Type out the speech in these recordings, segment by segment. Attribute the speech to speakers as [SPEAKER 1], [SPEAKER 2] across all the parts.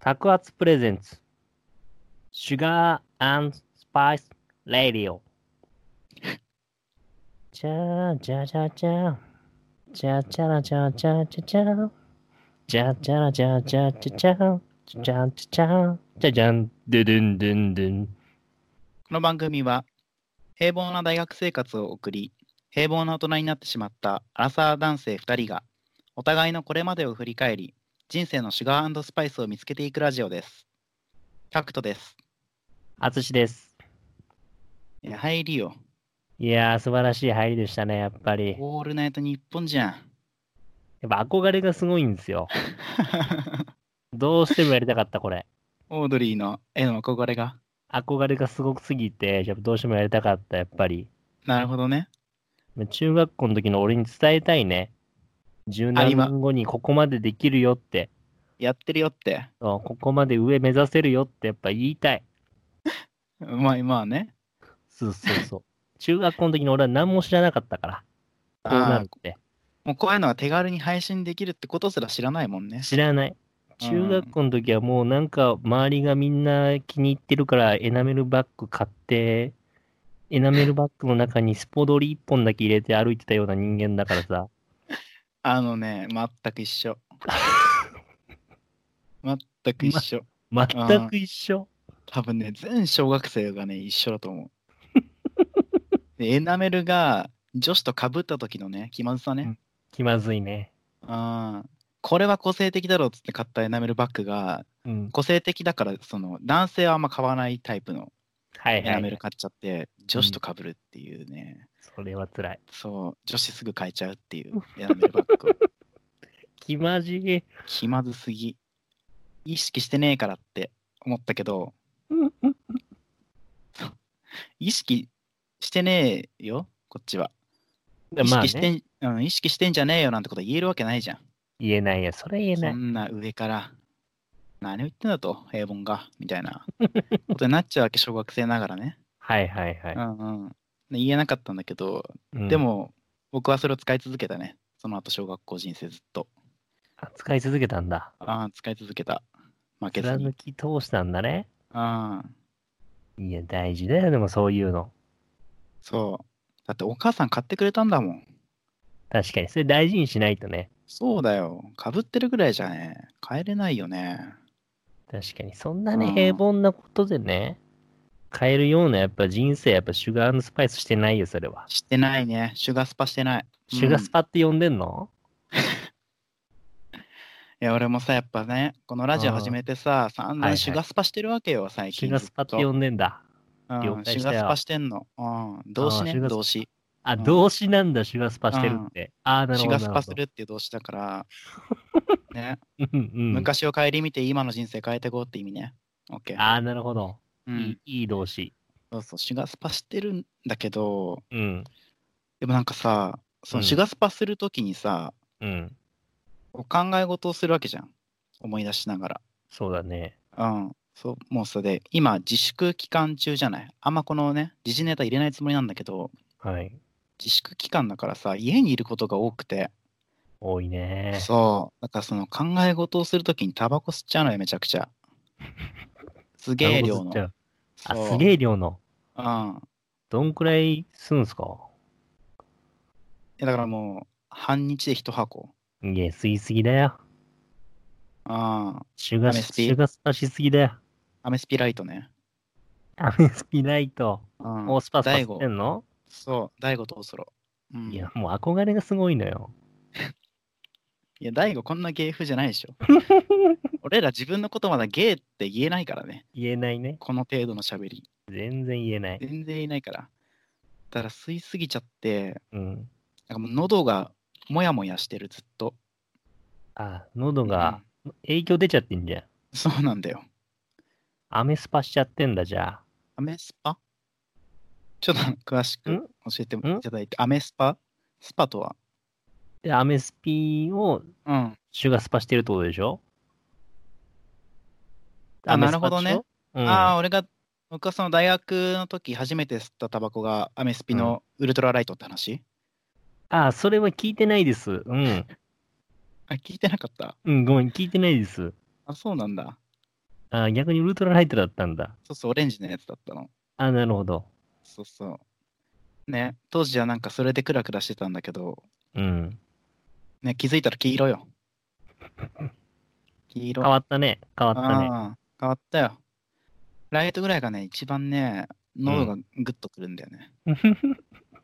[SPEAKER 1] 白圧プレゼンツ、シュガースパイス・レディオ。チャーチャーチャーチャー。チャーチャラチャーチャーチャーチャー。チャーチャラチャーチャーチャーチャー。チャチャンチャチャン。チャチャン、ドゥドゥンドゥンドゥン。
[SPEAKER 2] この番組は平凡な大学生活を送り平凡な大人になってしまったアラサー男性2人がお互いのこれまでを振り返り人生のシュガースパイスを見つけていくラジオです。タクトです。
[SPEAKER 1] あつしです。
[SPEAKER 2] いや入りよ。
[SPEAKER 1] いやー、素晴らしい入りでしたね、やっぱり。
[SPEAKER 2] オールナイト日本じゃん。
[SPEAKER 1] やっぱ憧れがすごいんですよ。どうしてもやりたかった、これ。
[SPEAKER 2] オードリーの絵の憧れが。
[SPEAKER 1] 憧れがすごくすぎて、やっぱどうしてもやりたかった、やっぱり。
[SPEAKER 2] なるほどね。
[SPEAKER 1] 中学校の時の俺に伝えたいね。10
[SPEAKER 2] あ
[SPEAKER 1] 何
[SPEAKER 2] 今
[SPEAKER 1] 年後にここまでできるよって、
[SPEAKER 2] やってるよって。
[SPEAKER 1] そうここまで上目指せるよってやっぱ言いたい。
[SPEAKER 2] まあまあね。
[SPEAKER 1] そうそう そう。中学校の時の俺は何も知らなかったから、こうな
[SPEAKER 2] あ
[SPEAKER 1] る
[SPEAKER 2] ー
[SPEAKER 1] って。
[SPEAKER 2] もうこういうのは手軽に配信できるってことすら知らないもんね。
[SPEAKER 1] 知らない。中学校の時はもうなんか周りがみんな気に入ってるからエナメルバッグ買って、エナメルバッグの中にスポドリ1本だけ入れて歩いてたような人間だからさ。
[SPEAKER 2] あのね、全く一 緒。全く一緒。
[SPEAKER 1] 全く一緒。
[SPEAKER 2] 多分ね、全小学生がね、一緒だと 思う。でエナメルが女子と被った時のね、気まずさね。
[SPEAKER 1] 気まずいね。
[SPEAKER 2] あーこれは個性的だろうっつって買ったエナメルバッグが、
[SPEAKER 1] うん。
[SPEAKER 2] 個性的だから、その、男性はあんま買わないタイプの
[SPEAKER 1] はい
[SPEAKER 2] エ
[SPEAKER 1] は
[SPEAKER 2] ナメ
[SPEAKER 1] い
[SPEAKER 2] ル。買っちゃって、女子と被るっていうね、
[SPEAKER 1] それは辛い。
[SPEAKER 2] そう、女子すぐ買えちゃうっていうエナメルバッグを。
[SPEAKER 1] 気まじい。
[SPEAKER 2] 気まずすぎ。意識してねえからって思ったけど、意識してねえよ、こっちは。意
[SPEAKER 1] まあ
[SPEAKER 2] 識して
[SPEAKER 1] ね、
[SPEAKER 2] ん、うん、意識してんじゃねえよなんてこと言えるわけないじゃん。
[SPEAKER 1] 言えないや、それ言えな
[SPEAKER 2] そ
[SPEAKER 1] い。
[SPEAKER 2] んな上から、何を言ってんだと、平凡が、みたいなことになっちゃうわけ、小学生ながらね。。
[SPEAKER 1] はいはいはいう
[SPEAKER 2] んうん。で言えなかったんだけど、
[SPEAKER 1] うん
[SPEAKER 2] で、も、僕はそれを使い続けたね。その後、小学校人生ずっと。
[SPEAKER 1] 扱い続けたんだ。
[SPEAKER 2] ああ、使い続けた。負けずに
[SPEAKER 1] 貫。き通したんだね。
[SPEAKER 2] ああ、
[SPEAKER 1] いや、大事だよ、でもそういうの。
[SPEAKER 2] そう。だって、お母さん買ってくれたんだもん。
[SPEAKER 1] 確かに、それ大事にしないとね。
[SPEAKER 2] そうだよ。かぶってるぐらいじゃね、買えれないよね。
[SPEAKER 1] 確かに、そんなに
[SPEAKER 2] うん
[SPEAKER 1] 平凡なことでね、変えるようなやっぱ人生、やっぱシュガースパイスしてないよ、それは。
[SPEAKER 2] してないね。シュガスパしてない。
[SPEAKER 1] シュガース
[SPEAKER 2] うん
[SPEAKER 1] パって呼んでんの、
[SPEAKER 2] いや、俺もさ、やっぱね、このラジオ始めてさ、散
[SPEAKER 1] はいは
[SPEAKER 2] 々
[SPEAKER 1] い
[SPEAKER 2] シュガスパしてるわけよ、最
[SPEAKER 1] シ
[SPEAKER 2] 近
[SPEAKER 1] ュ
[SPEAKER 2] ず
[SPEAKER 1] ガ
[SPEAKER 2] っ
[SPEAKER 1] ースパ
[SPEAKER 2] と。
[SPEAKER 1] って呼んでんだ。
[SPEAKER 2] う
[SPEAKER 1] 了
[SPEAKER 2] ん
[SPEAKER 1] 解
[SPEAKER 2] シュ
[SPEAKER 1] したよ
[SPEAKER 2] ガスパしてんの。うん、動詞
[SPEAKER 1] あ
[SPEAKER 2] ね、
[SPEAKER 1] ーシュガスパ
[SPEAKER 2] 動詞。
[SPEAKER 1] あ、
[SPEAKER 2] うん
[SPEAKER 1] 動詞なんだ、シュガースパしてるって。ああ、なる
[SPEAKER 2] シュ
[SPEAKER 1] ほど。
[SPEAKER 2] ガスパするっていう動詞だから、ね、
[SPEAKER 1] なるほど。 うんうん。
[SPEAKER 2] 昔を顧みて今の人生変えてこうって意味ね。オッケー。
[SPEAKER 1] ああ、なるほど。
[SPEAKER 2] う
[SPEAKER 1] い
[SPEAKER 2] ん
[SPEAKER 1] い、いい動詞。
[SPEAKER 2] そうそう、シュガスパしてるんだけど、
[SPEAKER 1] うん。
[SPEAKER 2] でもなんかさ、その
[SPEAKER 1] うん
[SPEAKER 2] シュガスパするときにさ、
[SPEAKER 1] うん。
[SPEAKER 2] お考え事をするわけじゃん。思い出しながら。
[SPEAKER 1] そうだね。
[SPEAKER 2] うん、そう、もうそれで、今、自粛期間中じゃない。あんまこのね、時事ネタ入れないつもりなんだけど、
[SPEAKER 1] はい。
[SPEAKER 2] 自粛期間だからさ、家にいることが多くて、
[SPEAKER 1] 多いね。
[SPEAKER 2] そう、だからその考え事をするときにタバコ吸っちゃうのよ、めちゃく ちゃ。すげえ量の。
[SPEAKER 1] タバコ吸っちゃうあ、
[SPEAKER 2] そ
[SPEAKER 1] す
[SPEAKER 2] う
[SPEAKER 1] げえ量の。
[SPEAKER 2] うん。
[SPEAKER 1] どんくらいすんすか
[SPEAKER 2] いやだからもう、半日で一箱。
[SPEAKER 1] いや、吸いすぎだよ。
[SPEAKER 2] ああ、
[SPEAKER 1] シュガー
[SPEAKER 2] アメ
[SPEAKER 1] ス
[SPEAKER 2] ス
[SPEAKER 1] シ
[SPEAKER 2] ピ
[SPEAKER 1] ュガースパしすぎだよ。
[SPEAKER 2] アメスピライトね。
[SPEAKER 1] アメスピライト。
[SPEAKER 2] うん
[SPEAKER 1] もうスパスパ吸
[SPEAKER 2] 大
[SPEAKER 1] って
[SPEAKER 2] 悟。
[SPEAKER 1] んの
[SPEAKER 2] そう、大悟とおそろ。うん、
[SPEAKER 1] いや、もう憧れがすごいのよ。
[SPEAKER 2] いや、大悟こんな芸風じゃないで しょ。俺ら自分のことまだ芸って言えないからね。
[SPEAKER 1] 言えないね。
[SPEAKER 2] この程度の喋り。
[SPEAKER 1] 全然言えない。
[SPEAKER 2] 全然いないから。だから吸いすぎちゃって、
[SPEAKER 1] うん。
[SPEAKER 2] なんかもう喉がもやもやしてる、ずっと。
[SPEAKER 1] あ、喉が影響出ちゃってんじゃん。
[SPEAKER 2] うんそうなんだよ。
[SPEAKER 1] アメスパしちゃってんだ、じゃあ。
[SPEAKER 2] アメスパちょっと詳しく
[SPEAKER 1] ん
[SPEAKER 2] 教えてい
[SPEAKER 1] ん
[SPEAKER 2] ただいて。アメスパスパとは
[SPEAKER 1] で、アメスピを
[SPEAKER 2] うん。
[SPEAKER 1] シュガースパしてるってことでしょ
[SPEAKER 2] あ
[SPEAKER 1] アメスパ
[SPEAKER 2] なるほどね
[SPEAKER 1] でしょうん、
[SPEAKER 2] ああ、俺が、僕はその大学の時初めて吸ったタバコがアメスピのウルトラライトって話、
[SPEAKER 1] ああ、それは聞いてないです。うん。
[SPEAKER 2] あ、聞いてなかった。
[SPEAKER 1] うん、ごめん、聞いてないです。
[SPEAKER 2] あ、そうなんだ。
[SPEAKER 1] あ、逆にウルトラライトだったんだ。
[SPEAKER 2] そうそう、オレンジのやつだったの。
[SPEAKER 1] あ、なるほど。
[SPEAKER 2] そうそう。ね、当時はなんかそれでクラクラしてたんだけど、
[SPEAKER 1] うん。
[SPEAKER 2] ね、気づいたら黄色よ。黄色。
[SPEAKER 1] 変わったね。変わったね。
[SPEAKER 2] ああ変わったよ。ライトぐらいがね、一番ね、喉がグッとくるんだよね。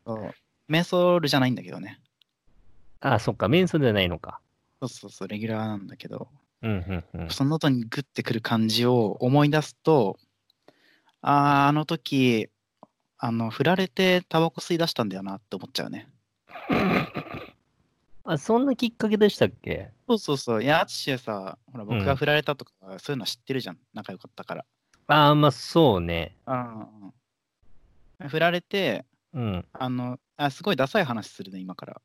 [SPEAKER 2] そうメンソールじゃないんだけどね。
[SPEAKER 1] あ、そっか。メンソではないのか。
[SPEAKER 2] そうそうそう、レギュラーなんだけど、
[SPEAKER 1] うん、 うん、うん。
[SPEAKER 2] その喉にグッてくる感じを思い出すと、ああ、あの時、あの、振られてタバコ吸い出したんだよなって思っちゃうね。
[SPEAKER 1] あ、そんなきっかけでしたっけ
[SPEAKER 2] そうそうそう。いや、淳さ、ほら、僕
[SPEAKER 1] う
[SPEAKER 2] が
[SPEAKER 1] ん
[SPEAKER 2] 振られたとか、そういうの知ってるじゃん。仲良かったから。
[SPEAKER 1] あーまあ、そうね。
[SPEAKER 2] うんうん。振られて、
[SPEAKER 1] うん。
[SPEAKER 2] あの、あ、すごいダサい話するね、今から。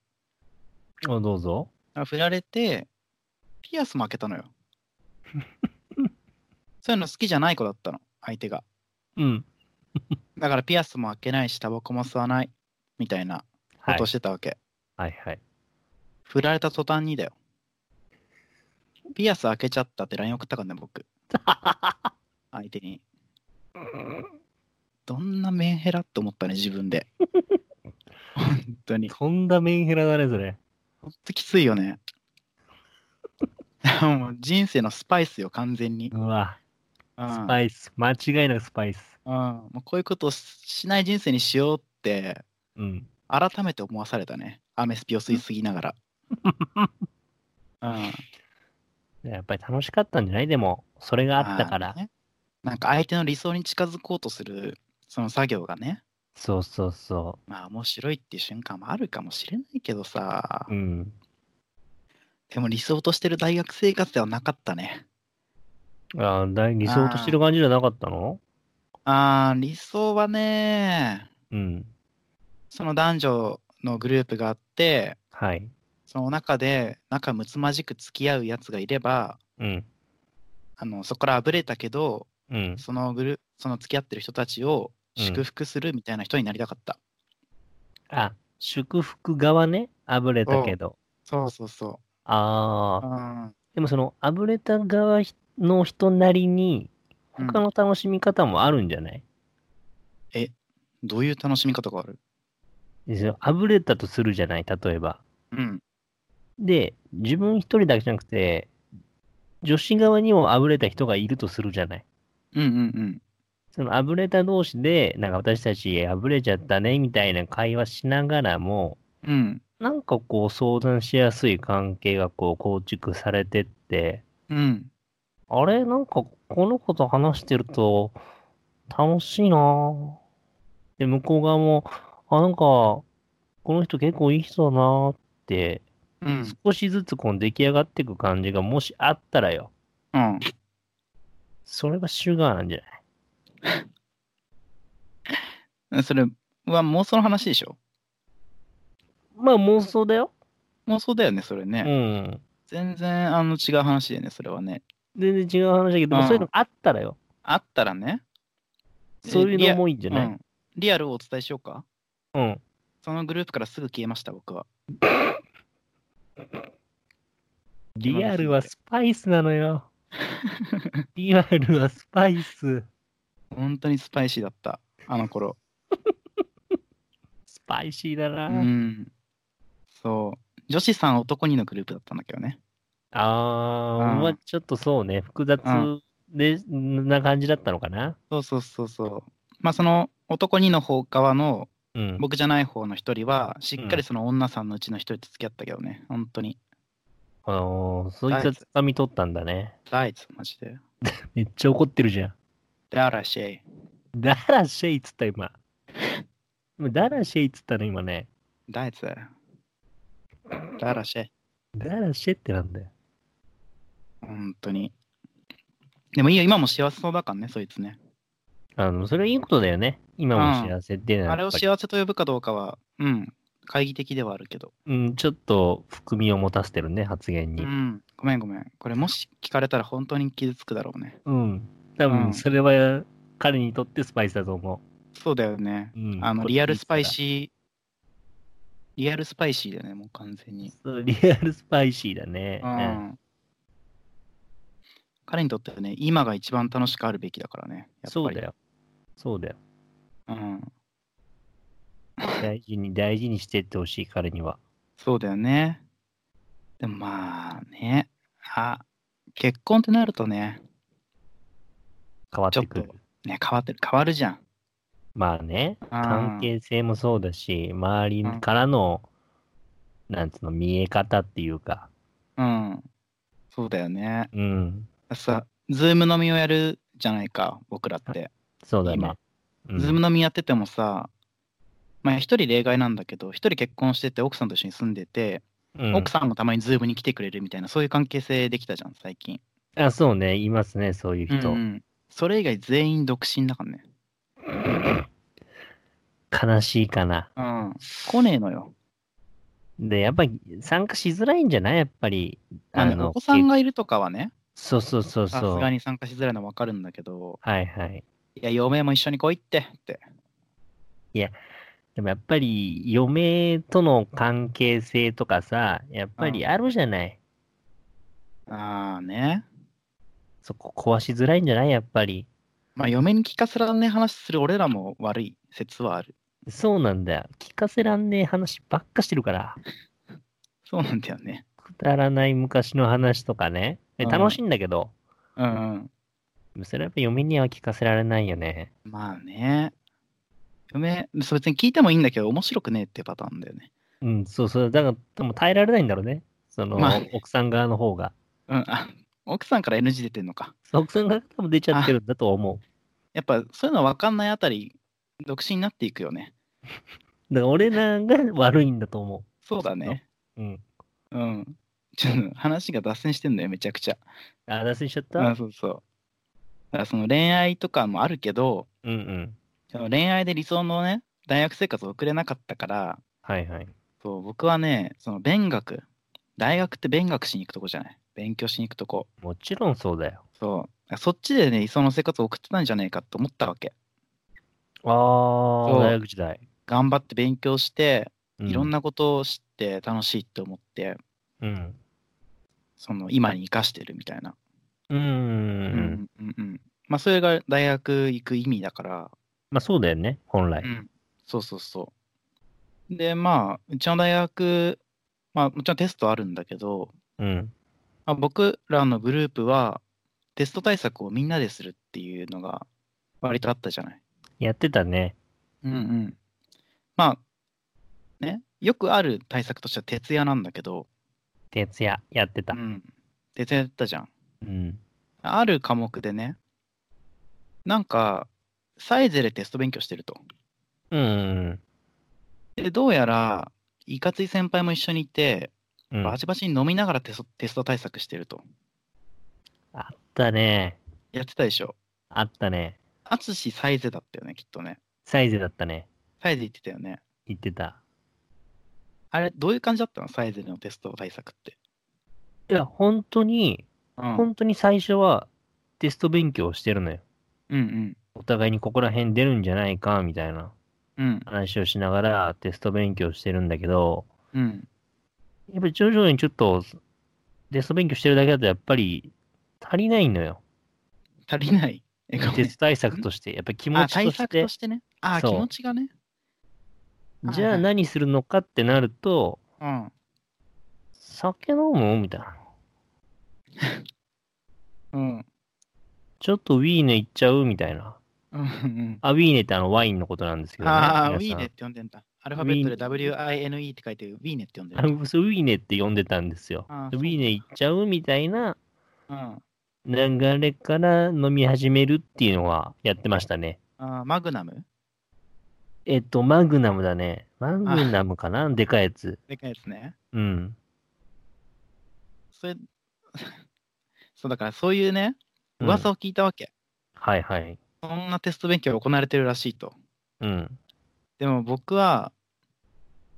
[SPEAKER 1] あどうぞ。
[SPEAKER 2] あ振られて、ピアスも開 けたのよ。そういうの好きじゃない子だったの、相手が。
[SPEAKER 1] うん。
[SPEAKER 2] だからピアスも開けないし、タバコも吸わない、みたいなこ
[SPEAKER 1] はい
[SPEAKER 2] とを。してたわけ。
[SPEAKER 1] はい、はい。
[SPEAKER 2] 振られた途端にだよ。ピアス開けちゃったって LINE 送ったからね、僕。相手に。どんなメンヘラって思ったね、自 分で。本当に。
[SPEAKER 1] とんだメンヘラだね、それ。
[SPEAKER 2] ほんときつい よね。もう人生のスパイスよ、完全に。
[SPEAKER 1] うわ、
[SPEAKER 2] うん
[SPEAKER 1] スパイス。間違いなくスパイス。
[SPEAKER 2] うん、もうこういうことをしない人生にしようって
[SPEAKER 1] うん。
[SPEAKER 2] 改めて思わされたねアメスピを吸いすぎながら、うん、
[SPEAKER 1] やっぱり楽しかったんじゃないでも、それ があったから。
[SPEAKER 2] ねなんか相手の理想に近づこうとするその作業がね
[SPEAKER 1] そうそうそ
[SPEAKER 2] まあ面白いっていう瞬間もあるかもしれないけどさ、
[SPEAKER 1] う。うん。
[SPEAKER 2] でも理想としてる大学生活ではなかったね
[SPEAKER 1] あーだい理想としてる感じじゃなかったの
[SPEAKER 2] あー理想はね
[SPEAKER 1] うん。
[SPEAKER 2] その男女のグループがあって
[SPEAKER 1] はい。
[SPEAKER 2] その中で仲睦まじく付き合うやつがいれば
[SPEAKER 1] うん。
[SPEAKER 2] あのそこからあぶれたけど
[SPEAKER 1] うん。
[SPEAKER 2] そのグルその付き合ってる人たちを祝福するみたいな人になりたかった、
[SPEAKER 1] あ、祝福側ね。あぶれたけど。
[SPEAKER 2] そうそうそ
[SPEAKER 1] あ
[SPEAKER 2] う、う
[SPEAKER 1] あ。
[SPEAKER 2] ん、
[SPEAKER 1] でもその、あぶれた側の人なりに、他の楽しみ方もあるんじゃない、
[SPEAKER 2] どういう楽しみ方がある
[SPEAKER 1] ですよあぶれたとするじゃない例えば。
[SPEAKER 2] うん
[SPEAKER 1] で、自分一人だけじゃなくて、女子側にもあぶれた人がいるとするじゃない。
[SPEAKER 2] うんうん
[SPEAKER 1] そのあぶれた同士で、なんか私たちあぶれちゃったねみたいな会話しながらも、
[SPEAKER 2] うんうん
[SPEAKER 1] なんかこう相談しやすい関係がこう構築されてって、
[SPEAKER 2] うん
[SPEAKER 1] あれなんかこの子と話してると楽しいなぁ。で、向こう側も、あ、なんかこの人結構いい人だなぁって、
[SPEAKER 2] うん
[SPEAKER 1] 少しずつこの出来上がっていく感じがもしあったらよ。
[SPEAKER 2] うん
[SPEAKER 1] それがシュガーなんじゃない
[SPEAKER 2] うんそれは妄想の話でしょ
[SPEAKER 1] まあ妄想だよ。
[SPEAKER 2] 妄想だよねそれね、
[SPEAKER 1] うん。
[SPEAKER 2] 全然あの違う話でねそれはね
[SPEAKER 1] 全然違う話だけど、
[SPEAKER 2] うん
[SPEAKER 1] そういうのあったらよ。
[SPEAKER 2] あったらね
[SPEAKER 1] そういうのもいいんじ
[SPEAKER 2] う
[SPEAKER 1] ゃない、
[SPEAKER 2] ん、リアルをお伝えしようか
[SPEAKER 1] うん、
[SPEAKER 2] そのグループからすぐ消えました僕は
[SPEAKER 1] リアルはスパイスなの よ。リアルはスパイス。
[SPEAKER 2] 本当にスパイシーだったあの頃
[SPEAKER 1] スパイシーだな。
[SPEAKER 2] うん。そう。女子さん男にのグループだったんだけどね。
[SPEAKER 1] あー、
[SPEAKER 2] うん
[SPEAKER 1] まあちょっとそうね、複雑で、な感じだったのかな。
[SPEAKER 2] そうそうそうそう。まあその男にの方側の
[SPEAKER 1] うん。
[SPEAKER 2] 僕じゃない方の一人はしっかりその女さんのうちの一人と付き合ったけどね。本当に。
[SPEAKER 1] あのー、そいつはつかみ取ったんだね。
[SPEAKER 2] 大地マジで。
[SPEAKER 1] めっちゃ怒ってるじゃん。
[SPEAKER 2] ダラシェイ。
[SPEAKER 1] ダラシェイっつった今。今ダラシェイっつったの今ね。
[SPEAKER 2] 大地だよ。ダラシェイ。
[SPEAKER 1] ダラシェイってなんだよ。
[SPEAKER 2] 本当に。でもいいよ、今も幸せそうだからね、そいつね。
[SPEAKER 1] あの、それいいことだよね。今も幸せっていうのは
[SPEAKER 2] あれ
[SPEAKER 1] や
[SPEAKER 2] を
[SPEAKER 1] っぱり、
[SPEAKER 2] 幸せと呼ぶかどうかは、うん、懐疑的ではあるけど。
[SPEAKER 1] うん、ちょっと含みを持たせてるね、発言
[SPEAKER 2] う
[SPEAKER 1] に。
[SPEAKER 2] ん、ごめんごめん。これもし聞かれたら本当に傷つくだろうね。
[SPEAKER 1] うん。多
[SPEAKER 2] う
[SPEAKER 1] 分
[SPEAKER 2] ん
[SPEAKER 1] それは彼にとってスパイスだと思
[SPEAKER 2] そうだよね。
[SPEAKER 1] う。うん、
[SPEAKER 2] あの、
[SPEAKER 1] これ
[SPEAKER 2] リアルスパイシー、リアルスパイシーだよね、もう完全に。
[SPEAKER 1] そうリアルスパイシーだね。
[SPEAKER 2] うん。彼にとってはね、今が一番楽しくあるべきだからね。やっぱり
[SPEAKER 1] そうだよ。そうだよ。
[SPEAKER 2] うん。
[SPEAKER 1] 大事に大事にしてってほしい彼には。
[SPEAKER 2] そうだよね。でもまあね、あ、結婚ってなるとね、
[SPEAKER 1] 変わってく
[SPEAKER 2] ち
[SPEAKER 1] る
[SPEAKER 2] ょ。ね、変わってる、変わるじゃん。
[SPEAKER 1] まあね、
[SPEAKER 2] あー
[SPEAKER 1] 関係性もそうだし、周りからの、なんつうの、見え方っていうか、
[SPEAKER 2] うん。そうだよね。
[SPEAKER 1] うん、
[SPEAKER 2] さ、ズーム飲みをやるじゃないか、僕らって。
[SPEAKER 1] そうだね
[SPEAKER 2] 今。
[SPEAKER 1] うん
[SPEAKER 2] ズーム飲みやっててもさ、まあ一人例外なんだけど、一人結婚してて奥さんと一緒に住んでて、
[SPEAKER 1] うん
[SPEAKER 2] 奥さんもたまにズームに来てくれるみたいな、そういう関係性できたじゃん、最近。
[SPEAKER 1] あ、そうね、いますね、そういう人。
[SPEAKER 2] うんうんそれ以外全員独身だからね。
[SPEAKER 1] 悲しいかな。
[SPEAKER 2] うん。来ねえのよ。
[SPEAKER 1] で、やっぱり参加しづらいんじゃないやっぱり。
[SPEAKER 2] まあねお子さんがいるとかはね、
[SPEAKER 1] そうそうそう
[SPEAKER 2] さ
[SPEAKER 1] そ
[SPEAKER 2] す
[SPEAKER 1] う。
[SPEAKER 2] が
[SPEAKER 1] はい
[SPEAKER 2] に参加しづらいの分かるんだけど、
[SPEAKER 1] はい。
[SPEAKER 2] いや、嫁も一緒に来いってって。
[SPEAKER 1] でもやっぱり、嫁との関係性とかさ、やっぱりあるじゃない。
[SPEAKER 2] ああね。
[SPEAKER 1] そこ壊しづらいんじゃないやっぱり。
[SPEAKER 2] まあ、嫁に聞かせらんねえ話する俺らも悪い説はある。
[SPEAKER 1] そうなんだよ。聞かせらんねえ話ばっかしてるから。
[SPEAKER 2] そうなんだよね。
[SPEAKER 1] くだらない昔の話とかね。え
[SPEAKER 2] うん
[SPEAKER 1] 楽しいんだけど、
[SPEAKER 2] うん、うん。
[SPEAKER 1] それはやっぱ嫁には聞かせられないよね。
[SPEAKER 2] まあね。嫁、そう別に聞いてもいいんだけど、面白くねえってパターンだよね。
[SPEAKER 1] うん、そうそう。だから、多分耐えられないんだろうね。その、
[SPEAKER 2] まあ
[SPEAKER 1] 奥さん側の方が。
[SPEAKER 2] うん、あ奥さんから NG 出てんのか。
[SPEAKER 1] 奥さん側が多分出ちゃってるんだと思
[SPEAKER 2] やっぱそういうの分かんないあたり、独身になっていくよね。
[SPEAKER 1] う。だから俺らが悪いんだと思
[SPEAKER 2] そうだね。
[SPEAKER 1] う。うん。
[SPEAKER 2] うん。ちょっと話が脱線してんだよ、めちゃくちゃ。
[SPEAKER 1] あ、脱線しちゃった、
[SPEAKER 2] あそうそう。だからその恋愛とかもあるけど、
[SPEAKER 1] うんうん。
[SPEAKER 2] その恋愛で理想のね、大学生活を送れなかったから、
[SPEAKER 1] はいはい。
[SPEAKER 2] そう僕はね、その勉学、大学って勉学しに行くとこじゃない。勉強しに行くとこ。
[SPEAKER 1] もちろんそうだよ。
[SPEAKER 2] そう。そっちでね、理想の生活を送ってたんじゃないかと思ったわけ。
[SPEAKER 1] あ
[SPEAKER 2] そ
[SPEAKER 1] あ、
[SPEAKER 2] う
[SPEAKER 1] 大学時代。
[SPEAKER 2] 頑張って勉強して、
[SPEAKER 1] う
[SPEAKER 2] いろん。なことを知って楽しいって思って、
[SPEAKER 1] うん。
[SPEAKER 2] その今に生かしてるみたいな。
[SPEAKER 1] うーん。、
[SPEAKER 2] うんうんうん。まあ、それが大学行く意味だから、
[SPEAKER 1] まあそうだよね、本来
[SPEAKER 2] う。ん、そうそうそう。で、まあ、うちの大学、まあ、もちろんテストあるんだけど、
[SPEAKER 1] うん。
[SPEAKER 2] まあ、僕らのグループは、テスト対策をみんなでするっていうのが、割とあったじゃない。
[SPEAKER 1] やってたね。
[SPEAKER 2] うんうん。まあ、ね、よくある対策としては徹夜なんだけど、
[SPEAKER 1] 徹夜、やってた
[SPEAKER 2] う。ん、徹夜やったじゃん。
[SPEAKER 1] うん。
[SPEAKER 2] ある科目でね、なんか、サイゼでテスト勉強してると。
[SPEAKER 1] うんうん
[SPEAKER 2] で、どうやら、いかつい先輩も一緒にいて、
[SPEAKER 1] うん。うん。
[SPEAKER 2] バチバチに飲みながらテストテスト対策してると。
[SPEAKER 1] あったね。
[SPEAKER 2] やってたでしょ。
[SPEAKER 1] あったね。
[SPEAKER 2] アツシサイゼだったよね、きっとね。
[SPEAKER 1] サイズだったね。
[SPEAKER 2] サイゼ言ってたよね。
[SPEAKER 1] 言ってた。
[SPEAKER 2] あれ、どういう感じだったのサイゼのテスト対策って。
[SPEAKER 1] いや、本当に、
[SPEAKER 2] うん。うん
[SPEAKER 1] 本当に最初はテスト勉強をしてるのよ。
[SPEAKER 2] うん。
[SPEAKER 1] お互いにここら辺出るんじゃないか、みたいな
[SPEAKER 2] うん。
[SPEAKER 1] 話をしながらテスト勉強してるんだけど、
[SPEAKER 2] うん。
[SPEAKER 1] やっぱり徐々にちょっと、テスト勉強してるだけだとやっぱり足りないのよ。
[SPEAKER 2] 足りない。え、ごめ
[SPEAKER 1] テ
[SPEAKER 2] ん
[SPEAKER 1] スト対策として、やっぱり気持
[SPEAKER 2] あ、
[SPEAKER 1] ちと
[SPEAKER 2] 対
[SPEAKER 1] し
[SPEAKER 2] 策
[SPEAKER 1] て
[SPEAKER 2] と、してね。あ、気
[SPEAKER 1] そう
[SPEAKER 2] 持ちがね。はい
[SPEAKER 1] じゃあ何するのかってなると、
[SPEAKER 2] うん。
[SPEAKER 1] 酒飲むみたいな。
[SPEAKER 2] うん。
[SPEAKER 1] ちょっとウィーネ行っちゃうみたいな。
[SPEAKER 2] うんうん。
[SPEAKER 1] あ、ウィーネってあのワインのことなんですけどね。
[SPEAKER 2] ああ、ウ
[SPEAKER 1] 皆さ
[SPEAKER 2] ィー
[SPEAKER 1] ん
[SPEAKER 2] ネって呼んでんだ。アルファベットで WINE って書いて、ウィーネって呼んで
[SPEAKER 1] あ
[SPEAKER 2] る。
[SPEAKER 1] のそうウィーネって呼んでたんですよ。
[SPEAKER 2] あー
[SPEAKER 1] でウ
[SPEAKER 2] そう
[SPEAKER 1] ィーネ行っちゃうみたいな
[SPEAKER 2] うん。あ
[SPEAKER 1] 流れから飲み始めるっていうのはやってましたね。
[SPEAKER 2] ーマグナム
[SPEAKER 1] えっと、マグナムだね。マグナムかなでかいやつ。
[SPEAKER 2] でかいですね。
[SPEAKER 1] うん。
[SPEAKER 2] それ、 そうだからそういうね、
[SPEAKER 1] うん
[SPEAKER 2] 噂を聞いたわけ。
[SPEAKER 1] はいはい。
[SPEAKER 2] そんなテスト勉強が行われてるらしいと。
[SPEAKER 1] うん。
[SPEAKER 2] でも僕は、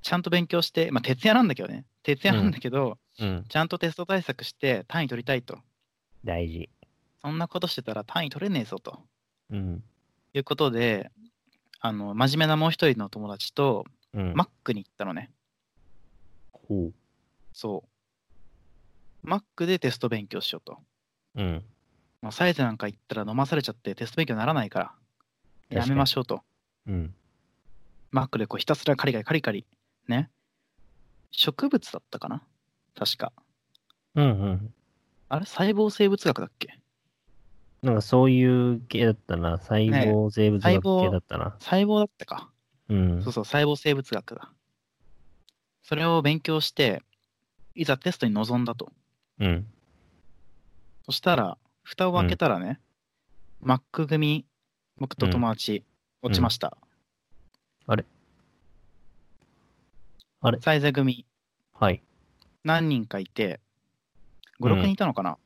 [SPEAKER 2] ちゃんと勉強して、まあ、徹夜なんだけどね。徹夜なんだけど、
[SPEAKER 1] うん。
[SPEAKER 2] ちゃんとテスト対策して単位取りたいと。
[SPEAKER 1] 大事。
[SPEAKER 2] そんなことしてたら単位取れねえぞと。
[SPEAKER 1] うん。
[SPEAKER 2] いうことで、あの、真面目なもう一人の友達と、
[SPEAKER 1] うん。
[SPEAKER 2] マックに行ったのね。
[SPEAKER 1] ほう。
[SPEAKER 2] そう。マックでテスト勉強しようと。
[SPEAKER 1] うん。
[SPEAKER 2] まあ、サイズなんか言ったら飲まされちゃってテスト勉強にならないから、やめましょうと。
[SPEAKER 1] うん。
[SPEAKER 2] マックでこうひたすらカリカリカリカリ。ね。植物だったかな確か。
[SPEAKER 1] うんうん。
[SPEAKER 2] あれ細胞生物学だっけ
[SPEAKER 1] なんかそういう系だったな。細胞生物学系だったな。
[SPEAKER 2] 細胞だったか。
[SPEAKER 1] うん
[SPEAKER 2] そう。そう、細胞生物学だ。それを勉強して、いざテストに臨んだと。
[SPEAKER 1] うん。
[SPEAKER 2] そしたら、蓋を開けたらね、マック組、僕と友達、
[SPEAKER 1] ん
[SPEAKER 2] 落ちました。
[SPEAKER 1] あれあれ
[SPEAKER 2] サイゼ組、
[SPEAKER 1] はい。
[SPEAKER 2] 何人かいて、5、
[SPEAKER 1] うん
[SPEAKER 2] 6人いたのかな、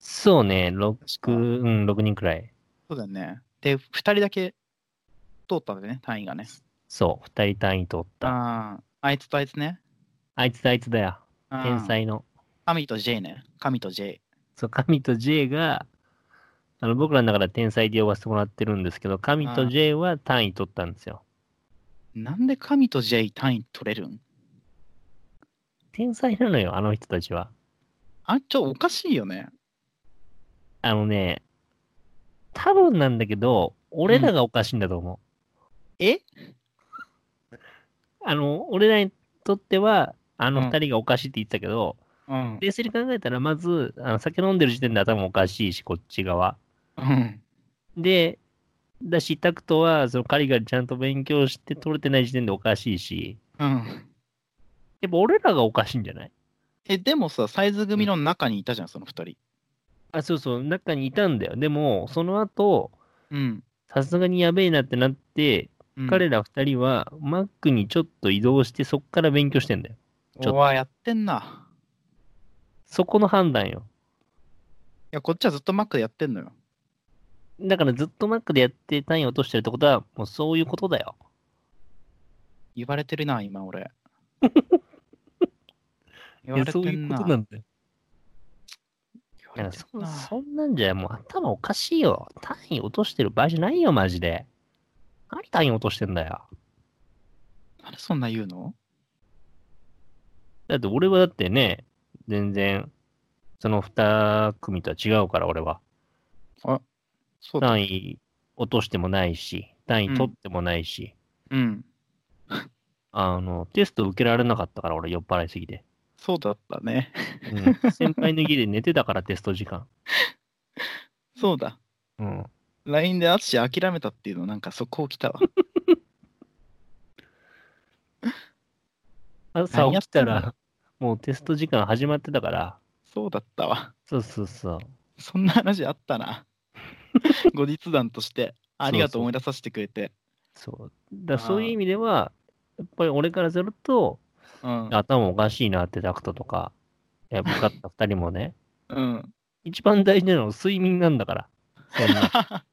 [SPEAKER 1] そうね。6、う
[SPEAKER 2] 確か。
[SPEAKER 1] ん、6人くらい。
[SPEAKER 2] そうだよね。で、2人だけ通ったんだよね、単位がね。
[SPEAKER 1] そう。2人単位取った。
[SPEAKER 2] ああ、あいつとあいつね。
[SPEAKER 1] あいつとあいつだよ。
[SPEAKER 2] あー
[SPEAKER 1] 天。才の。
[SPEAKER 2] 神と J ね。神と J。
[SPEAKER 1] そう、神と J が、あの僕らの中では天才で呼ばせてもらってるんですけど、神と J は単位取ったんですよ。
[SPEAKER 2] なんで神と J 単位取れるん
[SPEAKER 1] 天才なのよ、あの人たちは。
[SPEAKER 2] あ、ちょ、おかしいよね。
[SPEAKER 1] あのね、多分なんだけど、俺らがおかしいんだと思
[SPEAKER 2] え
[SPEAKER 1] う。あの、俺らにとっては、あの
[SPEAKER 2] うん
[SPEAKER 1] 二人がおかしいって言ってたけど、
[SPEAKER 2] うん。
[SPEAKER 1] 冷静に考えたら、まず、あの酒飲んでる時点で頭おかしいし、こっち側。
[SPEAKER 2] うん。
[SPEAKER 1] で、だし、タクトは、そのカリガリちゃんと勉強して取れてない時点でおかしいし、
[SPEAKER 2] うん。
[SPEAKER 1] やっぱ俺らがおかしいんじゃない
[SPEAKER 2] え、でもさ、サイズ組の中にいたじゃん、その2人。
[SPEAKER 1] あ、そうそう、中にいたんだよ。でも、その後、
[SPEAKER 2] うん。
[SPEAKER 1] さすがにやべえなってなって、
[SPEAKER 2] うん
[SPEAKER 1] 彼ら二人は、マックにちょっと移動して、そっから勉強してんだよ。ちょっと
[SPEAKER 2] おわ、やってんな。
[SPEAKER 1] そこの判断よ。
[SPEAKER 2] いや、こっちはずっと Mac でやってんのよ。
[SPEAKER 1] だからずっとマックでやって単位落としてるってことは、もうそういうことだよ。
[SPEAKER 2] 言われてるな、今、俺。言
[SPEAKER 1] い
[SPEAKER 2] わ
[SPEAKER 1] や
[SPEAKER 2] れて
[SPEAKER 1] そうい
[SPEAKER 2] ん
[SPEAKER 1] う
[SPEAKER 2] な。
[SPEAKER 1] ことなんだよ。
[SPEAKER 2] 言
[SPEAKER 1] だ
[SPEAKER 2] わ
[SPEAKER 1] か
[SPEAKER 2] れ
[SPEAKER 1] ら
[SPEAKER 2] て
[SPEAKER 1] そ
[SPEAKER 2] んな
[SPEAKER 1] そんなんじゃ、もう頭おかしいよ。単位落としてる場合じゃないよ、マジで。何単位落としてんだよ。
[SPEAKER 2] なんでそんな言うの
[SPEAKER 1] だって俺はだってね、全然、その二組とは違うから、俺は。
[SPEAKER 2] そうだ。
[SPEAKER 1] 単位落としてもないし、単位取ってもないし、
[SPEAKER 2] うん。
[SPEAKER 1] あの、テスト受けられなかったから、俺酔っ払いすぎて。
[SPEAKER 2] そうだったね。
[SPEAKER 1] うん、先輩の家で寝てたから、テスト時間。
[SPEAKER 2] そうだ。
[SPEAKER 1] うん。
[SPEAKER 2] LINE で淳諦めたっていうの、なんかそこを来た わ。
[SPEAKER 1] 朝起きたら、もうテスト時間始まってたから、
[SPEAKER 2] そうだったわ。
[SPEAKER 1] そうそうそう。
[SPEAKER 2] そんな話あった な。後日談として、ありがとう思い出させてくれて。
[SPEAKER 1] そうだそういう意味では、やっぱり俺からすると、
[SPEAKER 2] うん。
[SPEAKER 1] 頭おかしいなってタクトとか、え向かった2人もね、
[SPEAKER 2] うん。
[SPEAKER 1] 一番大事なのは睡眠なんだから。そん な
[SPEAKER 2] だか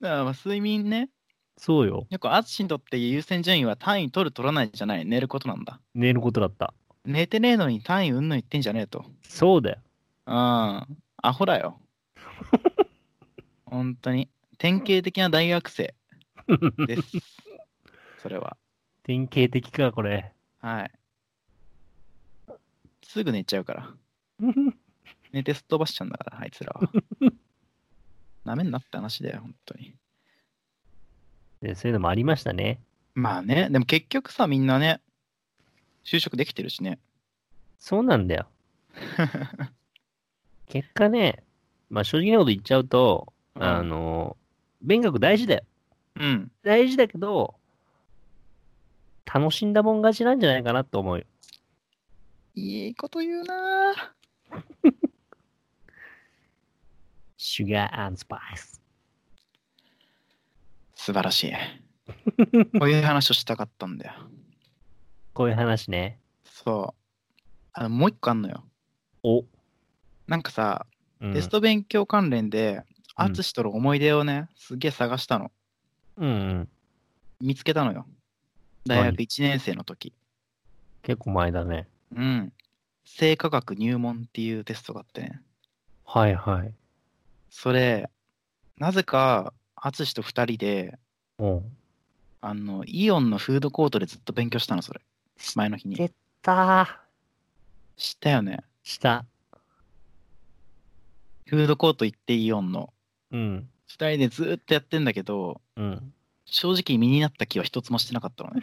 [SPEAKER 2] らまあ睡眠ね、
[SPEAKER 1] そうよ。
[SPEAKER 2] よく淳にとって優先順位は単位取る取らないじゃない、寝ることなんだ。
[SPEAKER 1] 寝ることだった。
[SPEAKER 2] 寝てねえのに単位うんぬん言ってんじゃねえと。
[SPEAKER 1] そうだよ。
[SPEAKER 2] うん。アホだよ。本当に。典型的な大学生です。それは。
[SPEAKER 1] 典型的か、こ れ。
[SPEAKER 2] はい。すぐ寝ちゃうから。寝てすっ飛ばしちゃうんだから、あいつらは。なめんなって話だよ、本当に。
[SPEAKER 1] でそういうのもありましたね。
[SPEAKER 2] まあね、でも結局さ、みんなね、就職できてるしね。
[SPEAKER 1] そうなん だよ。結果ね、まあ正直なこと言っちゃうと、あの、勉学大事だよ。
[SPEAKER 2] うん、
[SPEAKER 1] 大事だけど、楽しんだもん勝ちなんじゃないかなと思うよ。
[SPEAKER 2] いいこと言うなぁ
[SPEAKER 1] シュガースパイス。
[SPEAKER 2] 素晴 らしい。こういう話をしたかったんだよ。
[SPEAKER 1] こういう話ね。
[SPEAKER 2] そう。あの、もう一個あんのよ。
[SPEAKER 1] お、
[SPEAKER 2] なんかさ、
[SPEAKER 1] うん、
[SPEAKER 2] テスト勉強関連で、
[SPEAKER 1] うん
[SPEAKER 2] 淳との思い出をね、すげえ探したの。
[SPEAKER 1] うんうん。
[SPEAKER 2] 見つけたのよ。
[SPEAKER 1] 何
[SPEAKER 2] 大学1年生の時。
[SPEAKER 1] 結構前だね。
[SPEAKER 2] うん。生化学入門っていうテストがあってね。
[SPEAKER 1] はいはい。
[SPEAKER 2] それ、なぜか、淳と2人で、
[SPEAKER 1] うん。
[SPEAKER 2] あの、イオンのフードコートでずっと勉強したの、それ。前の日に。
[SPEAKER 1] た
[SPEAKER 2] 知ったよね。
[SPEAKER 1] した。
[SPEAKER 2] フードコート行ってイオンの
[SPEAKER 1] うん。
[SPEAKER 2] 2人でずーっとやってんだけど
[SPEAKER 1] うん。
[SPEAKER 2] 正直身になった気は一つもしてなかったのね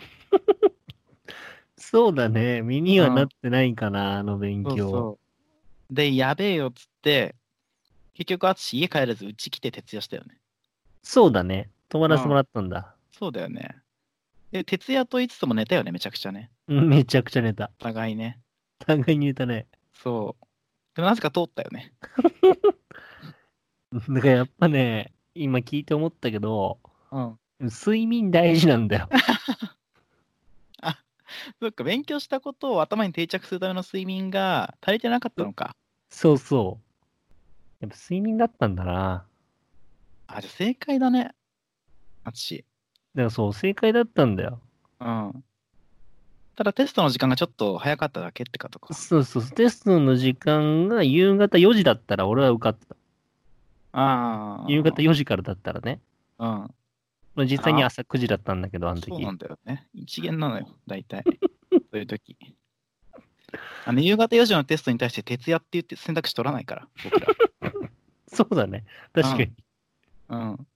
[SPEAKER 1] そうだね。身にはなってないかな、あの勉
[SPEAKER 2] そう
[SPEAKER 1] 強。
[SPEAKER 2] そうでやべえよっつって結局淳家帰らずうち来て徹夜したよね
[SPEAKER 1] そうだね。泊まらせてもらったんだ。
[SPEAKER 2] そうだよねで徹夜と言いつつも寝たよねめちゃくちゃね
[SPEAKER 1] うん、めちゃくちゃ寝た。
[SPEAKER 2] お互いね
[SPEAKER 1] 互いに寝たね。
[SPEAKER 2] そうでもなぜか通ったよね
[SPEAKER 1] だからやっぱね、今聞いて思ったけど、
[SPEAKER 2] うん
[SPEAKER 1] 睡眠大事なんだよ。
[SPEAKER 2] そっか勉強したことを頭に定着するための睡眠が足りてなかったのか
[SPEAKER 1] そうそう。やっぱ睡眠だったんだな。
[SPEAKER 2] あじゃあ正解だね淳
[SPEAKER 1] だからそう、正解だったんだよ。
[SPEAKER 2] うんただテストの時間がちょっと早かっただけってことか
[SPEAKER 1] そうそう、テストの時間が夕方4時だったら俺は受かってた。
[SPEAKER 2] ああ
[SPEAKER 1] 夕方4時からだったらね。
[SPEAKER 2] うん
[SPEAKER 1] まあ実際に朝9時だったんだけど、あの
[SPEAKER 2] そう
[SPEAKER 1] 時
[SPEAKER 2] な。んだよね。一元なのよ、大体。 そういう時あの夕方4時のテストに対して徹夜って言って選択肢取らないから、僕 ら。
[SPEAKER 1] そうだね。確かに。
[SPEAKER 2] うん、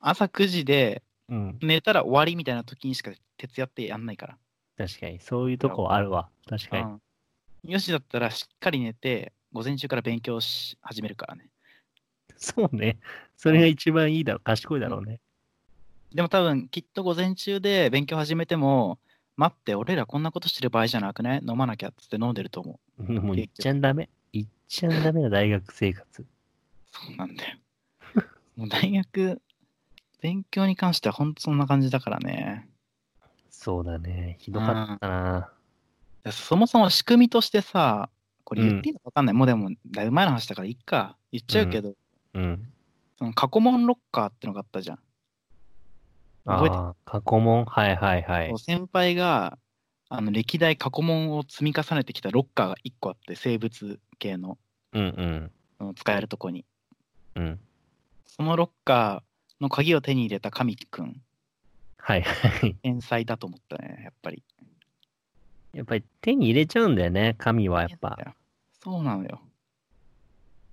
[SPEAKER 2] 朝9時で
[SPEAKER 1] うん。
[SPEAKER 2] 寝たら終わりみたいな時にしか徹夜ってやんないか。
[SPEAKER 1] 確かに。そういうとこはあるわ。確からに。
[SPEAKER 2] うん、4時だったらしっかり寝て、午前中から勉強し始めるからね。
[SPEAKER 1] そうね。それが一番いいだろう。賢いだろうね。
[SPEAKER 2] でも多分、きっと午前中で勉強始めても、待って、俺らこんなことしてる場合じゃなくね飲まなきゃっつって飲んでると思う。
[SPEAKER 1] もういっちゃんダメ。いっちゃんダメな大学生活。
[SPEAKER 2] そうなんだよ。もう大学、勉強に関しては本当そんな感じだからね。
[SPEAKER 1] そうだね。ひどかったな。
[SPEAKER 2] そもそも仕組みとしてさ、これ言っていいのか分かんない。もうでも、だいぶ前の話だからいっか。言っちゃうけど、
[SPEAKER 1] うん。
[SPEAKER 2] その過去問ロッカーってのがあったじゃん。覚えて
[SPEAKER 1] ああ、過去問はいはいはい
[SPEAKER 2] そう。先輩が、あの歴代過去問を積み重ねてきたロッカーが1個あって、生物系の
[SPEAKER 1] うんうん。
[SPEAKER 2] その使えるとこに。
[SPEAKER 1] うん。
[SPEAKER 2] そのロッカーの鍵を手に入れた神木くん、
[SPEAKER 1] はい はい。
[SPEAKER 2] 天才だと思ったね、やっぱり。
[SPEAKER 1] やっぱり手に入れちゃうんだよね。神はやっぱ。。
[SPEAKER 2] そうなのよ。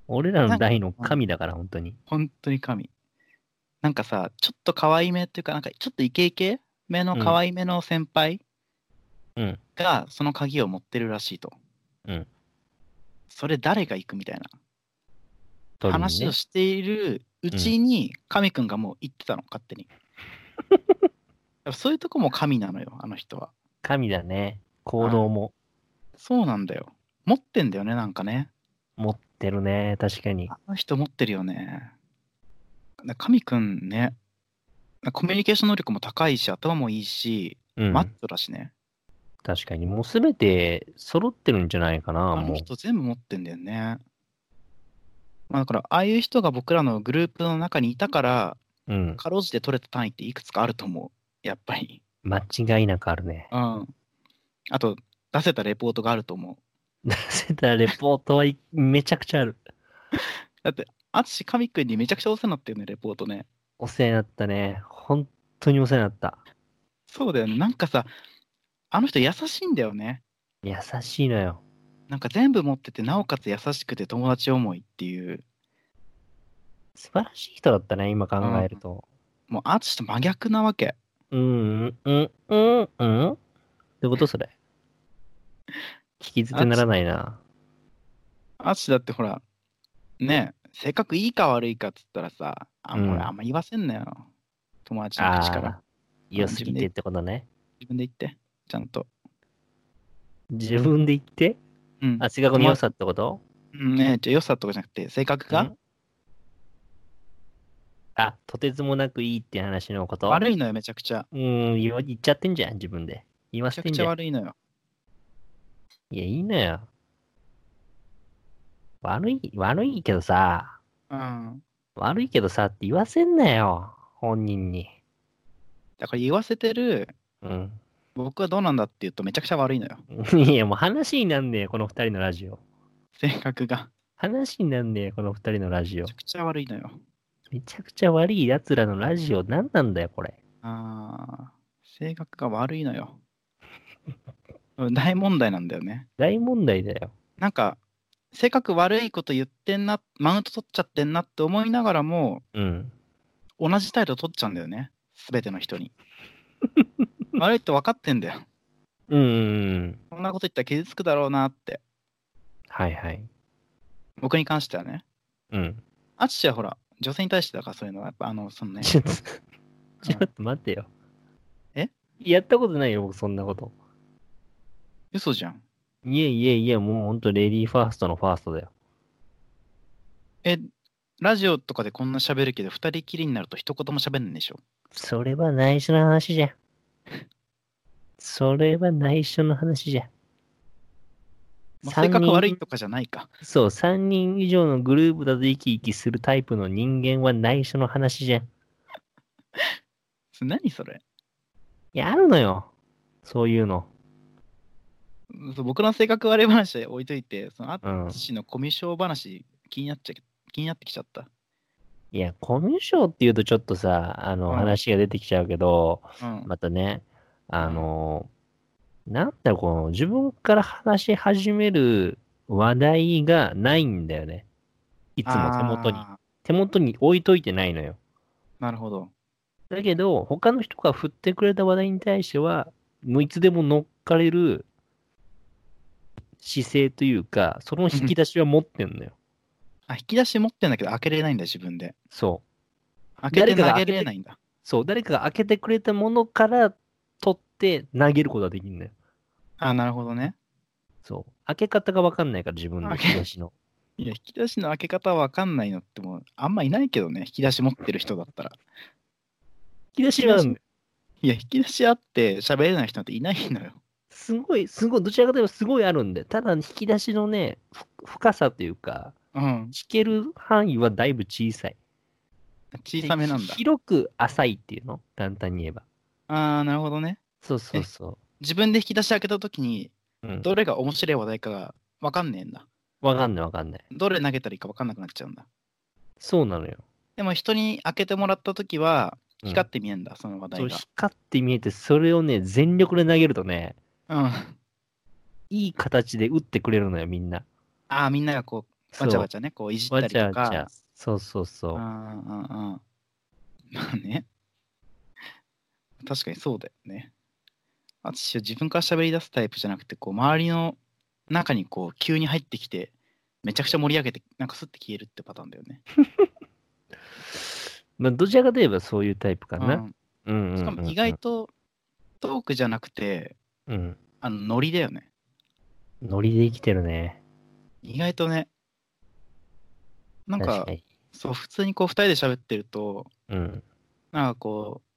[SPEAKER 1] 俺らの代の
[SPEAKER 2] か
[SPEAKER 1] 神だから、本当に。
[SPEAKER 2] 本当に神。なんかさ、ちょっと可愛めっていうか、なんかちょっとイケイケめの可愛めの先輩
[SPEAKER 1] うん
[SPEAKER 2] がその鍵を持ってるらしいと。
[SPEAKER 1] うん
[SPEAKER 2] それ誰が行くみたいな
[SPEAKER 1] 鳥にね
[SPEAKER 2] 話をしているうちに、神くんがもう行ってたの、勝 手に。やっぱそういうとこも神なのよ、あの人は。
[SPEAKER 1] 神だね。行動も
[SPEAKER 2] そうなんだよ。持ってんだよね、なんかね。
[SPEAKER 1] 持ってるね。確かに。
[SPEAKER 2] あの人持ってるよね。だ神くんね、コミュニケーション能力も高いし、頭もいいし、
[SPEAKER 1] うん。
[SPEAKER 2] マッチョだしね。
[SPEAKER 1] 確かに。もうすべて揃ってるんじゃないかな、
[SPEAKER 2] あ
[SPEAKER 1] も
[SPEAKER 2] の
[SPEAKER 1] う。
[SPEAKER 2] 人全部持ってんだよね。まあ、だから、ああいう人が僕らのグループの中にいたから、
[SPEAKER 1] うん。
[SPEAKER 2] かろうじて取れた単位っていくつかあると思う。やっぱり。
[SPEAKER 1] 間違いなくあるね。
[SPEAKER 2] うん。あと、出せたレポートがあると思う。
[SPEAKER 1] 出せたレポートはいめちゃくちゃある。
[SPEAKER 2] あつし、神くんにめちゃくちゃお世話になってるね、レポートね。
[SPEAKER 1] お世話になったね。本当にお世話になった。
[SPEAKER 2] そうだよね。なんかさ、あの人優しいんだよね。
[SPEAKER 1] 優しいのよ。
[SPEAKER 2] なんか全部持ってて、なおかつ優しくて友達思いっていう、
[SPEAKER 1] 素晴らしい人だったね、今考えると。
[SPEAKER 2] もうアーチと真逆なわけ。
[SPEAKER 1] うん、うん、うん、うん。ってことそれ。聞き捨てならないな。
[SPEAKER 2] アーチだってほら、ねえ、性格いいか悪いかっつったらさ、あん
[SPEAKER 1] うん
[SPEAKER 2] まりあんま言わせんなよ。友達の
[SPEAKER 1] あ
[SPEAKER 2] 口か
[SPEAKER 1] あ
[SPEAKER 2] ら。
[SPEAKER 1] ー、良すぎてってことね。
[SPEAKER 2] 自分で言って、ちゃんと。
[SPEAKER 1] 自分で言って
[SPEAKER 2] うん。
[SPEAKER 1] あ、性格の良さってこと
[SPEAKER 2] うんねじゃあ良さとかじゃなくて、性格
[SPEAKER 1] う
[SPEAKER 2] が
[SPEAKER 1] んあ、とてつもなくいいって話のこと
[SPEAKER 2] 悪いのよ、めちゃくちゃ。
[SPEAKER 1] うん、言わ言っちゃってんじゃん、自分で。言わ
[SPEAKER 2] めち
[SPEAKER 1] せ
[SPEAKER 2] ゃ
[SPEAKER 1] て
[SPEAKER 2] く
[SPEAKER 1] ん
[SPEAKER 2] ち
[SPEAKER 1] じ
[SPEAKER 2] ゃ
[SPEAKER 1] ゃん。
[SPEAKER 2] 悪いのよ。
[SPEAKER 1] いや、いいのよ。悪い、悪いけどさ、
[SPEAKER 2] うん。
[SPEAKER 1] 悪いけどさって言わせんなよ、本人に。
[SPEAKER 2] だから言わせてる、
[SPEAKER 1] うん。
[SPEAKER 2] 僕はどうなんだって言うと、めちゃくちゃ悪いのよ。
[SPEAKER 1] いや、もう話になんねえよ、この二人のラジオ。
[SPEAKER 2] 性格が。
[SPEAKER 1] 話になんねえよ、この二人のラジオ
[SPEAKER 2] めち。ゃくちゃ悪いのよ。
[SPEAKER 1] めちゃくちゃ悪い奴らのラジオ、何なんだよ、これ。
[SPEAKER 2] ああ、性格が悪いの よ。大問題なんだよね。
[SPEAKER 1] 大問題だよ。
[SPEAKER 2] なんか、性格悪いこと言ってんな、マウント取っちゃってんなって思いながらも、
[SPEAKER 1] うん。
[SPEAKER 2] 同じ態度取っちゃうんだよね。すべての人に。悪いって分かってんだよ。
[SPEAKER 1] うんうんうん。
[SPEAKER 2] こんなこと言ったら傷つくだろうなって。
[SPEAKER 1] はいはい。
[SPEAKER 2] 僕に関してはね。
[SPEAKER 1] うん。
[SPEAKER 2] アチチはほら、女性に対してだからそういう のは、やっぱあの、そのね。
[SPEAKER 1] ちょっと、ちょっと待ってよ。
[SPEAKER 2] え
[SPEAKER 1] やったことないよ、僕そんなこと。
[SPEAKER 2] 嘘じゃん。
[SPEAKER 1] いえいえいえ、もうほんとレディーファーストのファーストだよ。
[SPEAKER 2] え、ラジオとかでこんな喋るけど、二人きりになると一言も喋んないでしょ。
[SPEAKER 1] それは内緒の話 じゃん。それは内緒の話じゃん。
[SPEAKER 2] まあ性格悪
[SPEAKER 1] 三
[SPEAKER 2] いとかじゃないか。
[SPEAKER 1] 人そう、3人以上のグループだと生き生きするタイプの人間は内緒の話じゃん。い
[SPEAKER 2] そ何それ
[SPEAKER 1] や、あるのよ。そういうの。
[SPEAKER 2] そう僕の性格悪い話置いといて、そのア
[SPEAKER 1] うん
[SPEAKER 2] ッ。チのコミュ障話気になっちゃ気になってきちゃった。
[SPEAKER 1] いや、コミュ障っていうとちょっとさ、あの、
[SPEAKER 2] うん
[SPEAKER 1] 話が出てきちゃうけど、
[SPEAKER 2] うん。
[SPEAKER 1] またね、あの、なんだろう、この自分から話し始める話題がないんだよね。いつも手元に。
[SPEAKER 2] あー
[SPEAKER 1] 手元に置いといてないのよ。
[SPEAKER 2] なるほど。
[SPEAKER 1] だけど、他の人が振ってくれた話題に対しては、もういつでも乗っかれる姿勢というか、その引き出しは持ってんのよ。
[SPEAKER 2] あ、引き出し持ってんだけど開けれないんだ、自分で。
[SPEAKER 1] そう。
[SPEAKER 2] 開けて
[SPEAKER 1] 誰かが
[SPEAKER 2] 投
[SPEAKER 1] 開
[SPEAKER 2] げ
[SPEAKER 1] けて
[SPEAKER 2] れないんだ。
[SPEAKER 1] そう、誰かが開けてくれたものから取って投げることができるんだよ。
[SPEAKER 2] あー、なるほどね。
[SPEAKER 1] そう。開け方が分かんないから、自分の引き出 しの。
[SPEAKER 2] いや、引き出しの開け方わかんないのってもう、あんまいないけどね、引き出し持ってる人だったら。
[SPEAKER 1] 引き出しは、
[SPEAKER 2] いや、引き出しあって喋れない人なんていないのよ。
[SPEAKER 1] すごい、すごい、どちらかというとすごいあるんで、ただ引き出しのね、ふ深さというか、
[SPEAKER 2] うん。
[SPEAKER 1] 引ける範囲はだいぶ小さい。
[SPEAKER 2] 小さめなんだ
[SPEAKER 1] で。広く浅いっていうの簡単に言えば。
[SPEAKER 2] ああ、なるほどね。
[SPEAKER 1] そうそうそ
[SPEAKER 2] 自分で引き出し開けたときに、
[SPEAKER 1] う。うん、
[SPEAKER 2] どれが面白い話題かがわかんねえんだ。
[SPEAKER 1] わかんないわかんない。
[SPEAKER 2] どれ投げたらいいかわかんなくなっちゃうんだ。
[SPEAKER 1] そうなのよ。
[SPEAKER 2] でも人に開けてもらったときは、
[SPEAKER 1] うん
[SPEAKER 2] 光って見えんだ、その話
[SPEAKER 1] そう
[SPEAKER 2] 題が。
[SPEAKER 1] 光って見えて、それをね、全力で投げるとね、
[SPEAKER 2] うん。あ
[SPEAKER 1] いい形で打ってくれるのよ、みんな。
[SPEAKER 2] あ、みんながこう、わちゃわちゃね、こういじった
[SPEAKER 1] わ
[SPEAKER 2] り
[SPEAKER 1] ちゃ
[SPEAKER 2] と
[SPEAKER 1] わち
[SPEAKER 2] か。
[SPEAKER 1] ゃ。そうそうそう。
[SPEAKER 2] うんうんうん。まあね。確かにそうだよね。私は自分から喋り出すタイプじゃなくて、こう、周りの中にこう、急に入ってきて、めちゃくちゃ盛り上げて、なんかスッて消えるってパターンだよね。
[SPEAKER 1] まあ、どちらかといえばそういうタイプか
[SPEAKER 2] う
[SPEAKER 1] な。
[SPEAKER 2] ん
[SPEAKER 1] うんうんうんうん
[SPEAKER 2] しかも意外。と、トークじゃなくて、
[SPEAKER 1] うん。
[SPEAKER 2] あの、ノリだよね。
[SPEAKER 1] ノリで生きてるね。
[SPEAKER 2] 意外とね。なん
[SPEAKER 1] 確
[SPEAKER 2] か
[SPEAKER 1] か、に。
[SPEAKER 2] そう、普通にこう、二人で喋ってると、
[SPEAKER 1] うん。
[SPEAKER 2] なんかこう、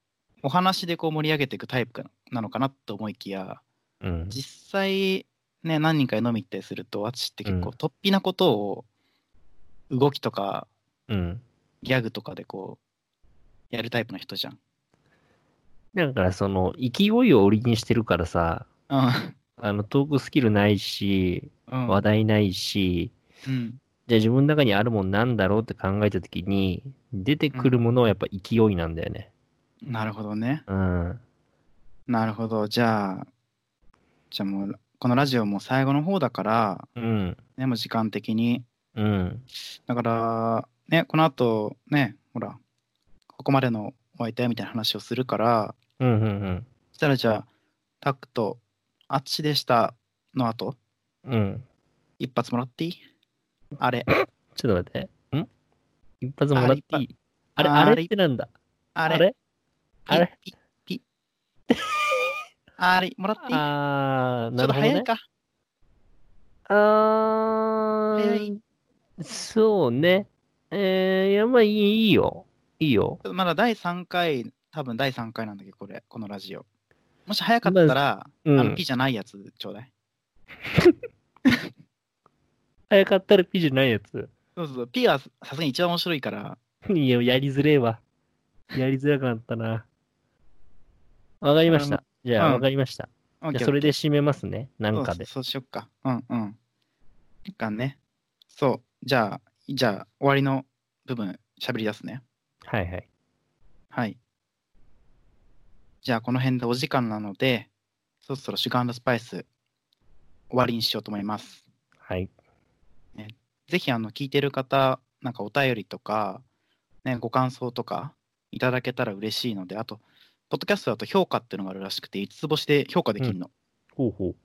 [SPEAKER 2] お話でこう盛り上げていくタイプかななのかなと思いきや、
[SPEAKER 1] うん。
[SPEAKER 2] 実際ね何人かで飲み行ったりすると私って結
[SPEAKER 1] う
[SPEAKER 2] 構
[SPEAKER 1] ん
[SPEAKER 2] 突飛なことを動きとか
[SPEAKER 1] うん。
[SPEAKER 2] ギャグとかでこうやるタイプの人じゃん。
[SPEAKER 1] だから、その、勢いを売りにしてるからさ、あの、トークスキルないし、
[SPEAKER 2] うん。
[SPEAKER 1] 話題ないし、
[SPEAKER 2] うん。
[SPEAKER 1] じゃあ自分の中にあるもんなんだろうって考えたときに、出てくるものはやっぱ勢いなんだよね。
[SPEAKER 2] なるほどね。
[SPEAKER 1] うん。
[SPEAKER 2] なるほど。じゃあじゃあもうこのラジオも最後の方だから、
[SPEAKER 1] うん。
[SPEAKER 2] ね、もう時間的に。
[SPEAKER 1] うん。
[SPEAKER 2] だからねこの後ねほらここまでのお相手みたいな話をするから
[SPEAKER 1] うん。うん。うん。
[SPEAKER 2] そしたらじゃあタクとあっちでしたの後
[SPEAKER 1] うん。
[SPEAKER 2] 一発もらっていいあれ、
[SPEAKER 1] ちょっと待って。ん一発もらっていいあ
[SPEAKER 2] あ
[SPEAKER 1] れ、
[SPEAKER 2] れ
[SPEAKER 1] あれ
[SPEAKER 2] あれ
[SPEAKER 1] ってなんだ
[SPEAKER 2] あ
[SPEAKER 1] あ
[SPEAKER 2] れ、
[SPEAKER 1] れあれ
[SPEAKER 2] ピッピッピッあれ、もらっていい
[SPEAKER 1] あー、な
[SPEAKER 2] ちょ
[SPEAKER 1] るほ
[SPEAKER 2] っと
[SPEAKER 1] ど、ね。
[SPEAKER 2] 早いか。
[SPEAKER 1] あー
[SPEAKER 2] 早い。ち
[SPEAKER 1] そうね。えー、いや、まあいいいいよ。いいよ
[SPEAKER 2] ょ。っとまだ第3回、多分第3回なんだけど、これ、このラジオ。もし早かったら、
[SPEAKER 1] う
[SPEAKER 2] あの
[SPEAKER 1] ん
[SPEAKER 2] P。じゃないやつちょうだい。
[SPEAKER 1] 早かったら P じゃないやつ。
[SPEAKER 2] そうそうそう、P はさすがに一番面白いから、
[SPEAKER 1] いや、やりづれえわ。やりづらくなったな。わかりまし
[SPEAKER 2] あ
[SPEAKER 1] た。じゃあ、
[SPEAKER 2] うん
[SPEAKER 1] わかりました。
[SPEAKER 2] オッ
[SPEAKER 1] じゃ
[SPEAKER 2] ケ
[SPEAKER 1] あ、
[SPEAKER 2] ー
[SPEAKER 1] それで締めますね。なんかで。
[SPEAKER 2] そうそうそうしよっか。うんうん。なんかね。そう。じゃあ、じゃあ、終わりの部分、喋り出すね。
[SPEAKER 1] はいはい。
[SPEAKER 2] はい。じゃあ、この辺でお時間なので、そろそろシュガースパイス、終わりにしようと思います。
[SPEAKER 1] はい。
[SPEAKER 2] ねぜひあの聞いてる方なんかお便りとか、ね、ご感想とかいただけたら嬉しいのであとポッドキャストだと評価っていうのがあるらしくて5つ星で評価できるの、
[SPEAKER 1] ほうほう。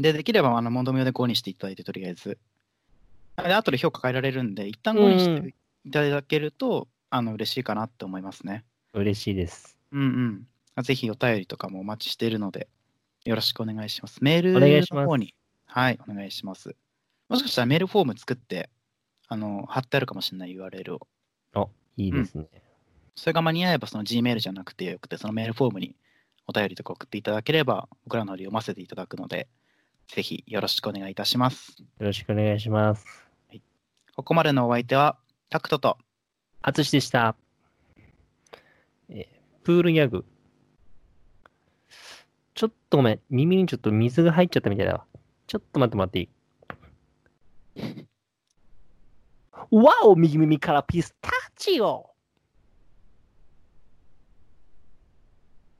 [SPEAKER 2] でできればあの問答無用で5にしていただいてとりあえずで後で評価変えられるんで一旦5に
[SPEAKER 1] う
[SPEAKER 2] していただけると、あの嬉しいかなって思いますね
[SPEAKER 1] 嬉しいです。
[SPEAKER 2] うんうん。ぜひお便りとかもお待ちしているので、よろしくお願いします。メール
[SPEAKER 1] お願いします
[SPEAKER 2] の方に、はい、お願いします。もしかしたらメールフォーム作って、あの、貼ってあるかもしれない URL を。
[SPEAKER 1] あ、いいですね。
[SPEAKER 2] それが間に合えば、その Gmail じゃなくてよくて、そのメールフォームにお便りとか送っていただければ、僕らの方で読ませていただくので、ぜひよろしくお願いいたします。
[SPEAKER 1] よろしくお願いします。
[SPEAKER 2] ここまでのお相手は、タクトと、
[SPEAKER 1] あつしでした。えープールギャグ。ちょっとごめん。耳にちょっと水が入っちゃったみたいだわ。ちょっと待って待っていい わお右耳からピスタチオ